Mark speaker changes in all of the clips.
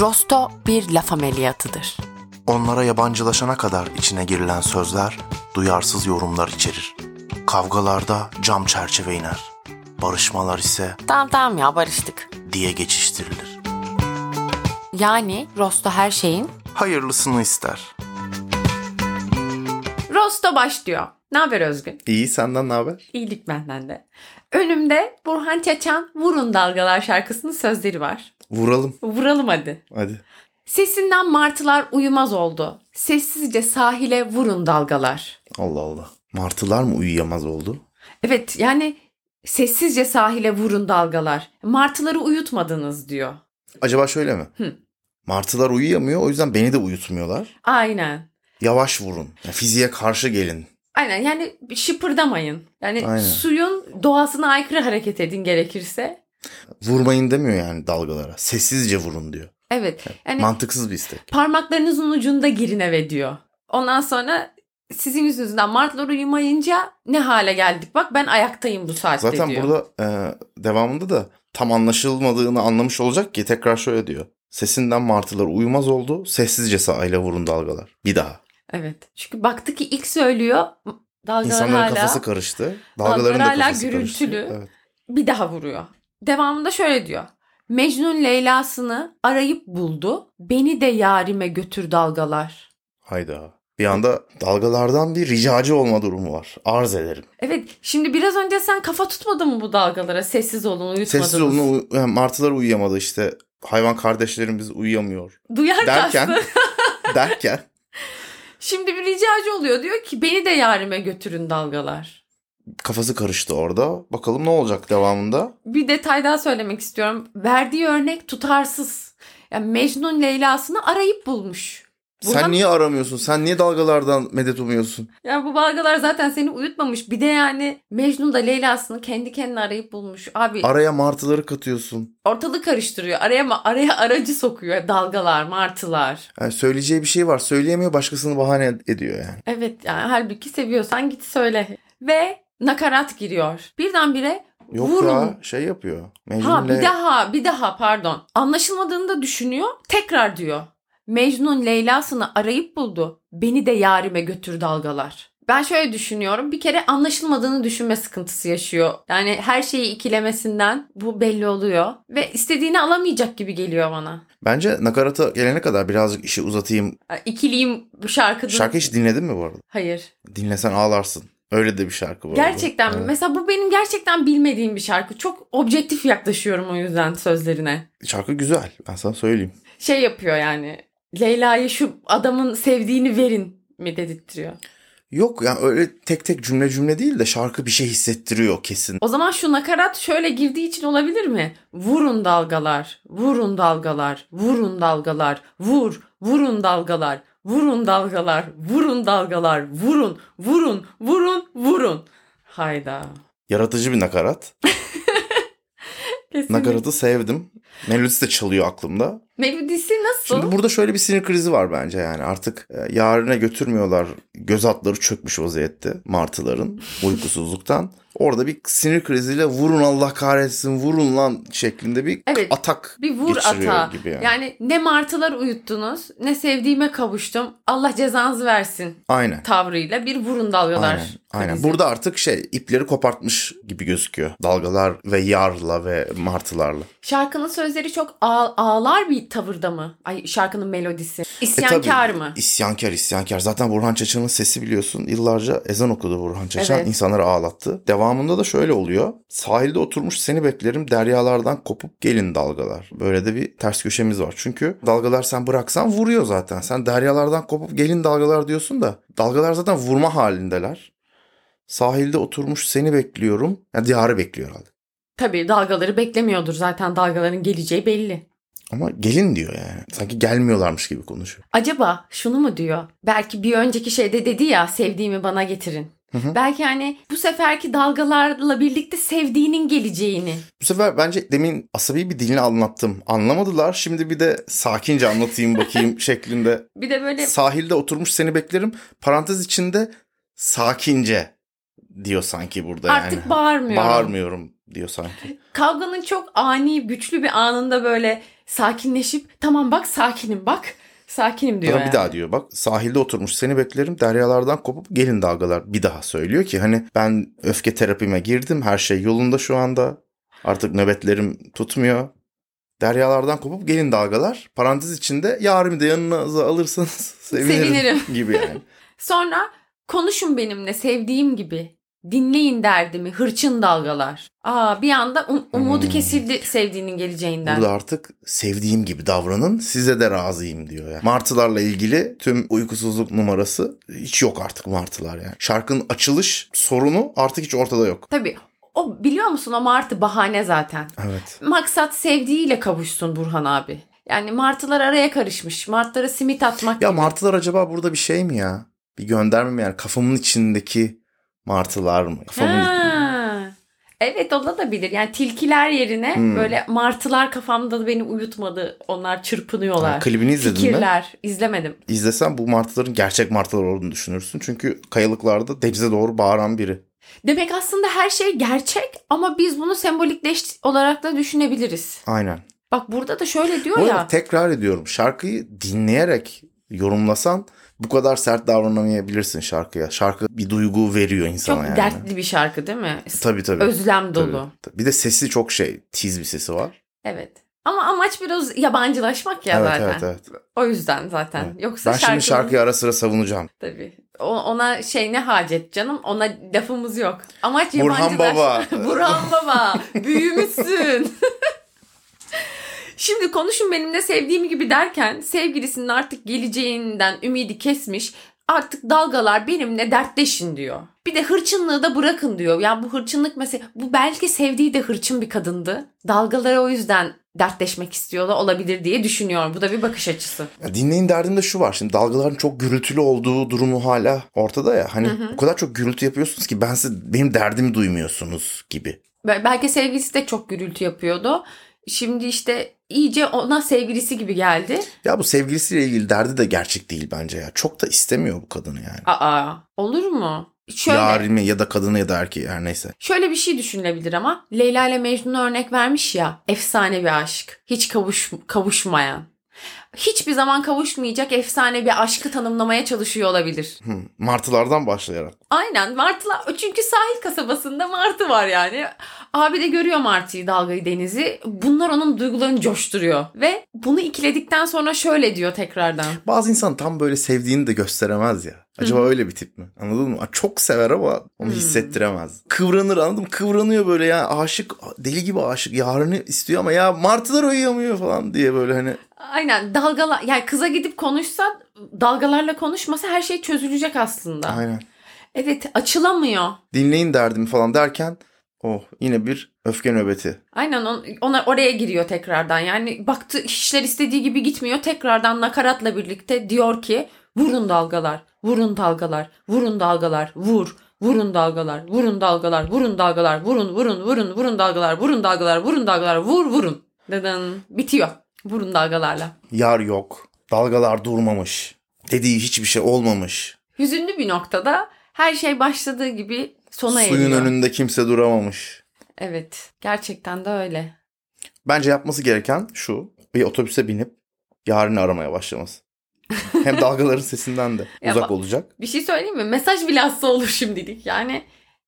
Speaker 1: Rosto bir laf ameliyatıdır.
Speaker 2: Onlara yabancılaşana kadar içine girilen sözler duyarsız yorumlar içerir. Kavgalarda cam çerçeve iner. Barışmalar ise
Speaker 1: Tamam tamam ya barıştık.
Speaker 2: diye geçiştirilir.
Speaker 1: Yani Rosto her şeyin
Speaker 2: Hayırlısını ister.
Speaker 3: Rosto başlıyor. Ne haber Özgün?
Speaker 2: İyi senden ne haber?
Speaker 3: İyilik benden de. Önümde Burhan Çeçen Vurun Dalgalar şarkısının sözleri var.
Speaker 2: Vuralım
Speaker 3: Vuralım hadi.
Speaker 2: hadi.
Speaker 3: Sesinden martılar uyumaz oldu. Sessizce sahile vurun dalgalar.
Speaker 2: Allah Allah. Martılar mı uyuyamaz oldu?
Speaker 3: Evet yani sessizce sahile vurun dalgalar. Martıları uyutmadınız diyor.
Speaker 2: Acaba şöyle mi?
Speaker 3: Hı.
Speaker 2: Martılar uyuyamıyor o yüzden beni de uyutmuyorlar.
Speaker 3: Aynen.
Speaker 2: Yavaş vurun. Yani fiziğe karşı gelin.
Speaker 3: Aynen yani şıpırdamayın. Yani
Speaker 2: Aynen.
Speaker 3: suyun doğasına aykırı hareket edin gerekirse.
Speaker 2: Vurmayın demiyor yani dalgalara. Sessizce vurun diyor.
Speaker 3: Evet. Yani
Speaker 2: Mantıksız bir istek.
Speaker 3: parmaklarınızın ucunda girin eve diyor. Ondan sonra sizin yüzünüzden martlar uyumayınca ne hale geldik bak ben ayaktayım bu saatte
Speaker 2: Zaten
Speaker 3: diyor.
Speaker 2: burada e, devamında da tam anlaşılmadığını anlamış olacak ki tekrar şöyle diyor. Sesinden martılar uyumaz oldu. Sessizce sahile vurun dalgalar. Bir daha.
Speaker 3: Evet. Çünkü baktı ki ilk söylüyor dalgalar
Speaker 2: İnsanların
Speaker 3: hala
Speaker 2: kafası karıştı. Dalgaların
Speaker 3: Dalgalar
Speaker 2: da
Speaker 3: hala
Speaker 2: kafası karıştı.
Speaker 3: gürültülü.
Speaker 2: Evet.
Speaker 3: bir daha vuruyor. Devamında şöyle diyor. Mecnun Leyla'sını arayıp buldu. Beni de yarime götür dalgalar.
Speaker 2: Hayda. Bir anda dalgalardan bir ricacı olma durumu var. Arz ederim.
Speaker 3: Evet şimdi biraz önce sen kafa tutmadın mı bu dalgalara? Sessiz olun uyutmadınız.
Speaker 2: Sessiz olun uy- yani martılar uyuyamadı işte. Hayvan kardeşlerimiz uyuyamıyor.
Speaker 3: Duyar
Speaker 2: Derken-
Speaker 3: kastı.
Speaker 2: Derken
Speaker 3: Şimdi bir ricacı oluyor diyor ki beni de yarime götürün dalgalar.
Speaker 2: kafası karıştı orada. Bakalım ne olacak devamında?
Speaker 3: bir detay daha söylemek istiyorum. Verdiği örnek tutarsız. Yani Mecnun Leyla'sını arayıp bulmuş. Burhan-
Speaker 2: Sen niye aramıyorsun? Sen niye dalgalardan medet umuyorsun?
Speaker 3: Yani bu dalgalar zaten seni uyutmamış. Bir de yani Mecnun da Leyla'sını kendi kendine arayıp bulmuş. Abi
Speaker 2: Araya martıları katıyorsun.
Speaker 3: ortalığı karıştırıyor. Araya ma- araya aracı sokuyor. Dalgalar, martılar.
Speaker 2: Yani söyleyeceği bir şey var. Söyleyemiyor başkasını bahane ediyor yani.
Speaker 3: Evet yani halbuki seviyorsan git söyle. Ve nakarat giriyor. Birdenbire
Speaker 2: Yok
Speaker 3: vurun.
Speaker 2: ya şey yapıyor.
Speaker 3: Ha
Speaker 2: Mecnun'le
Speaker 3: bir daha bir daha pardon. Anlaşılmadığını da düşünüyor. Tekrar diyor. Mecnun Leyla'sını arayıp buldu. Beni de yarime götür dalgalar. Ben şöyle düşünüyorum. Bir kere anlaşılmadığını düşünme sıkıntısı yaşıyor. Yani her şeyi ikilemesinden bu belli oluyor. Ve istediğini alamayacak gibi geliyor bana.
Speaker 2: Bence nakarata gelene kadar birazcık işi uzatayım.
Speaker 3: Yani İkiliyim bu şarkıda.
Speaker 2: Şarkı hiç dinledin mi bu arada?
Speaker 3: Hayır.
Speaker 2: Dinlesen ağlarsın. Öyle de bir şarkı var.
Speaker 3: Gerçekten mi?
Speaker 2: Evet.
Speaker 3: Mesela bu benim gerçekten bilmediğim bir şarkı. Çok objektif yaklaşıyorum o yüzden sözlerine.
Speaker 2: Şarkı güzel. Ben sana söyleyeyim.
Speaker 3: şey yapıyor yani. Leyla'yı şu adamın sevdiğini verin mi dedirtiyor.
Speaker 2: Yok yani öyle tek tek cümle cümle değil de şarkı bir şey hissettiriyor kesin.
Speaker 3: O zaman şu nakarat şöyle girdiği için olabilir mi? Vurun dalgalar, vurun dalgalar, vurun dalgalar, vur, vurun dalgalar, vurun dalgalar, vurun dalgalar, vurun, vurun, vurun, vurun. Hayda.
Speaker 2: Yaratıcı bir nakarat.
Speaker 3: Kesinlikle.
Speaker 2: Nakaratı sevdim. Melodisi de çalıyor aklımda.
Speaker 3: Melodisi nasıl?
Speaker 2: Şimdi burada şöyle bir sinir krizi var bence yani artık e, yarına götürmüyorlar göz atları çökmüş vaziyette martıların uykusuzluktan. Orada bir sinir kriziyle vurun Allah kahretsin vurun lan şeklinde bir
Speaker 3: Evet,
Speaker 2: atak
Speaker 3: bir vur
Speaker 2: geçiriyor
Speaker 3: ata.
Speaker 2: gibi yani.
Speaker 3: Yani ne martılar uyuttunuz, ne sevdiğime kavuştum. Allah cezanızı versin
Speaker 2: Aynen.
Speaker 3: tavrıyla bir vurun dalgalar.
Speaker 2: Aynen. Aynen.
Speaker 3: krizi.
Speaker 2: Burada artık şey ipleri kopartmış gibi gözüküyor. Dalgalar ve yarla ve martılarla.
Speaker 3: Şarkının sözleri çok ağ- ağlar bir tavırda mı? Ay şarkının melodisi.
Speaker 2: E
Speaker 3: İsyankar
Speaker 2: tabii,
Speaker 3: mı?
Speaker 2: İsyankar, isyankar. Zaten Burhan Çaçan'ın sesi biliyorsun. Yıllarca ezan okudu Burhan Çaçan.
Speaker 3: Evet.
Speaker 2: insanları ağlattı. Devamında da şöyle oluyor. Sahilde oturmuş seni beklerim deryalardan kopup gelin dalgalar. Böyle de bir ters köşemiz var. Çünkü dalgalar sen bıraksan vuruyor zaten. Sen deryalardan kopup gelin dalgalar diyorsun da dalgalar zaten vurma halindeler. Sahilde oturmuş seni bekliyorum. Yani diyarı bekliyor herhalde.
Speaker 3: Tabii dalgaları beklemiyordur zaten dalgaların geleceği belli.
Speaker 2: Ama gelin diyor yani. Sanki gelmiyorlarmış gibi konuşuyor.
Speaker 3: Acaba şunu mu diyor? Belki bir önceki şeyde dedi ya sevdiğimi bana getirin.
Speaker 2: Hı hı.
Speaker 3: Belki hani bu seferki dalgalarla birlikte sevdiğinin geleceğini.
Speaker 2: Bu sefer bence demin asabi bir dilini anlattım. Anlamadılar. Şimdi bir de sakince anlatayım bakayım şeklinde.
Speaker 3: Bir de böyle
Speaker 2: Sahilde oturmuş seni beklerim. Parantez içinde sakince diyor sanki burada
Speaker 3: artık
Speaker 2: yani.
Speaker 3: bağırmıyor.
Speaker 2: Bağırmıyorum diyor sanki.
Speaker 3: Kavganın çok ani, güçlü bir anında böyle sakinleşip tamam bak sakinim bak sakinim diyor.
Speaker 2: Sonra
Speaker 3: yani.
Speaker 2: bir daha diyor bak sahilde oturmuş seni beklerim deryalardan kopup gelin dalgalar bir daha söylüyor ki hani ben öfke terapime girdim her şey yolunda şu anda artık nöbetlerim tutmuyor. Deryalardan kopup gelin dalgalar parantez içinde yarimi de yanınıza alırsanız sevinirim,
Speaker 3: Sevinirim.
Speaker 2: gibi yani.
Speaker 3: Sonra konuşun benimle sevdiğim gibi. Dinleyin derdimi hırçın dalgalar. Aa bir anda um- umudu
Speaker 2: Hmm.
Speaker 3: kesildi sevdiğinin geleceğinden.
Speaker 2: Burada artık sevdiğim gibi davranın size de razıyım diyor yani. Martılarla ilgili tüm uykusuzluk numarası hiç yok artık martılar yani. Şarkının açılış sorunu artık hiç ortada yok.
Speaker 3: Tabii o biliyor musun o martı bahane zaten.
Speaker 2: Evet.
Speaker 3: Maksat sevdiğiyle kavuşsun Burhan abi. Yani martılar araya karışmış. Martlara simit atmak
Speaker 2: Ya
Speaker 3: gibi.
Speaker 2: martılar acaba burada bir şey mi ya? Bir gönderme mi yani? Kafamın içindeki martılar mı? Kafamın...
Speaker 3: Ha. Evet olabilir. Yani tilkiler yerine
Speaker 2: Hmm.
Speaker 3: böyle martılar kafamda da beni uyutmadı. Onlar
Speaker 2: Ha,
Speaker 3: çırpınıyorlar.
Speaker 2: klibini izledin mi?
Speaker 3: Fikirler. izlemedim.
Speaker 2: İzlesen bu martıların gerçek martılar olduğunu düşünürsün. Çünkü kayalıklarda denize doğru bağıran biri.
Speaker 3: Demek aslında her şey gerçek ama biz bunu sembolikleş olarak da düşünebiliriz.
Speaker 2: Aynen.
Speaker 3: Bak burada da şöyle diyor
Speaker 2: Bu arada
Speaker 3: ya.
Speaker 2: tekrar ediyorum. Şarkıyı dinleyerek yorumlasan bu kadar sert davranamayabilirsin şarkıya. Şarkı bir duygu veriyor insana
Speaker 3: Çok
Speaker 2: yani. E,
Speaker 3: dertli bir şarkı değil mi? S-
Speaker 2: Tabii tabii.
Speaker 3: Özlem
Speaker 2: Tabii,
Speaker 3: dolu.
Speaker 2: tabii. Bir de sesi çok şey, tiz bir sesi var.
Speaker 3: Evet. Ama amaç biraz yabancılaşmak ya
Speaker 2: evet,
Speaker 3: zaten.
Speaker 2: evet, evet.
Speaker 3: O yüzden zaten. Yoksa
Speaker 2: Ben şimdi
Speaker 3: şarkının-
Speaker 2: şarkıyı ara sıra savunacağım.
Speaker 3: Tabii. O- Ona şey ne hacet canım? Ona lafımız yok. Amaç
Speaker 2: Burhan
Speaker 3: yabancılaş-
Speaker 2: Baba.
Speaker 3: Burhan Baba. Büyümüşsün. Şimdi konuşun benimle sevdiğim gibi derken sevgilisinin artık geleceğinden ümidi kesmiş. Artık dalgalar benimle dertleşin diyor. Bir de hırçınlığı da bırakın diyor. Yani bu hırçınlık mesela bu belki sevdiği de hırçın bir kadındı. Dalgalara o yüzden dertleşmek istiyor da olabilir diye düşünüyorum. Bu da bir bakış açısı.
Speaker 2: Ya dinleyin derdimde şu var. Şimdi dalgaların çok gürültülü olduğu durumu hala ortada ya. Hani o kadar çok gürültü yapıyorsunuz ki ben size benim derdimi duymuyorsunuz gibi.
Speaker 3: Bel- Belki sevgilisi de çok gürültü yapıyordu. Şimdi işte iyice ona sevgilisi gibi geldi.
Speaker 2: Ya bu sevgilisiyle ilgili derdi de gerçek değil bence ya. Çok da istemiyor bu kadını yani.
Speaker 3: Aa, olur mu? Şöyle
Speaker 2: Yarimi ya da kadını ya da erkeği her neyse.
Speaker 3: şöyle bir şey düşünülebilir ama Leyla ile Mecnun'a örnek vermiş ya. Efsane bir aşk. Hiç kavuş kavuşmayan. Hiçbir zaman kavuşmayacak efsane bir aşkı tanımlamaya çalışıyor olabilir.
Speaker 2: Hı, martılardan başlayarak.
Speaker 3: Aynen Martı'la çünkü sahil kasabasında Martı var yani. Abi de görüyor Martı'yı dalgayı denizi. Bunlar onun duygularını coşturuyor. Ve bunu ikiledikten sonra şöyle diyor tekrardan.
Speaker 2: Bazı insan tam böyle sevdiğini de gösteremez ya. Acaba öyle bir tip mi? Anladın mı? Çok sever ama onu
Speaker 3: Hmm.
Speaker 2: hissettiremez. Kıvranır anladın mı? Kıvranıyor böyle ya aşık deli gibi aşık. Yarını istiyor ama ya martılar uyuyamıyor falan diye böyle hani
Speaker 3: Aynen dalgalar yani kıza gidip konuşsa dalgalarla konuşmasa her şey çözülecek aslında.
Speaker 2: aynen.
Speaker 3: Evet açılamıyor.
Speaker 2: Dinleyin derdimi falan derken oh yine bir öfke nöbeti.
Speaker 3: Aynen on, ona oraya giriyor tekrardan. Yani baktı işler istediği gibi gitmiyor. Tekrardan nakaratla birlikte diyor ki vurun dalgalar, vurun dalgalar, vurun dalgalar, vur. Vurun dalgalar, vurun dalgalar, vurun dalgalar, vurun vurun vurun vurun dalgalar, vurun dalgalar, vurun dalgalar, vur vurun. Deden bitiyor. Vurun dalgalarla.
Speaker 2: Yar yok. Dalgalar durmamış. Dediği hiçbir şey olmamış.
Speaker 3: Hüzünlü bir noktada her şey başladığı gibi sona
Speaker 2: Suyun
Speaker 3: eriyor.
Speaker 2: önünde kimse duramamış.
Speaker 3: Evet. Gerçekten de öyle.
Speaker 2: Bence yapması gereken şu. Bir otobüse binip yarını aramaya başlaması. Hem dalgaların sesinden de
Speaker 3: Ya
Speaker 2: uzak
Speaker 3: bak-
Speaker 2: olacak.
Speaker 3: Bir şey söyleyeyim mi? Mesaj bile hasta olur şimdilik. Yani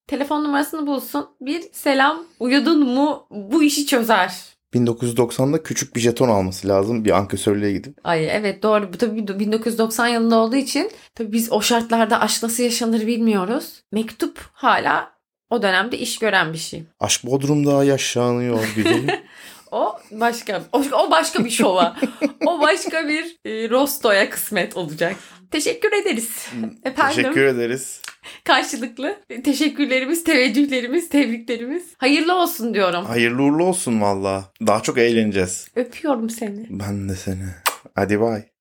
Speaker 3: telefon numarasını bulsun. Bir selam uyudun mu bu işi çözer.
Speaker 2: 1990'da küçük bir jeton alması lazım bir ankesörlüğe gidip.
Speaker 3: Ay evet doğru. Bu tabii 1990 yılında olduğu için tabii biz o şartlarda aşk nasıl yaşanır bilmiyoruz. Mektup hala o dönemde iş gören bir şey.
Speaker 2: Aşk Bodrum'da yaşanıyor güzelim.
Speaker 3: O başka o, o başka bir şova. o başka bir e, rostoya kısmet olacak. Teşekkür ederiz. Efendim.
Speaker 2: Teşekkür ederiz.
Speaker 3: Karşılıklı teşekkürlerimiz, teveccühlerimiz, tebriklerimiz. Hayırlı olsun diyorum.
Speaker 2: Hayırlı uğurlu olsun valla. Daha çok eğleneceğiz.
Speaker 3: Öpüyorum seni.
Speaker 2: Ben de seni. Hadi bay.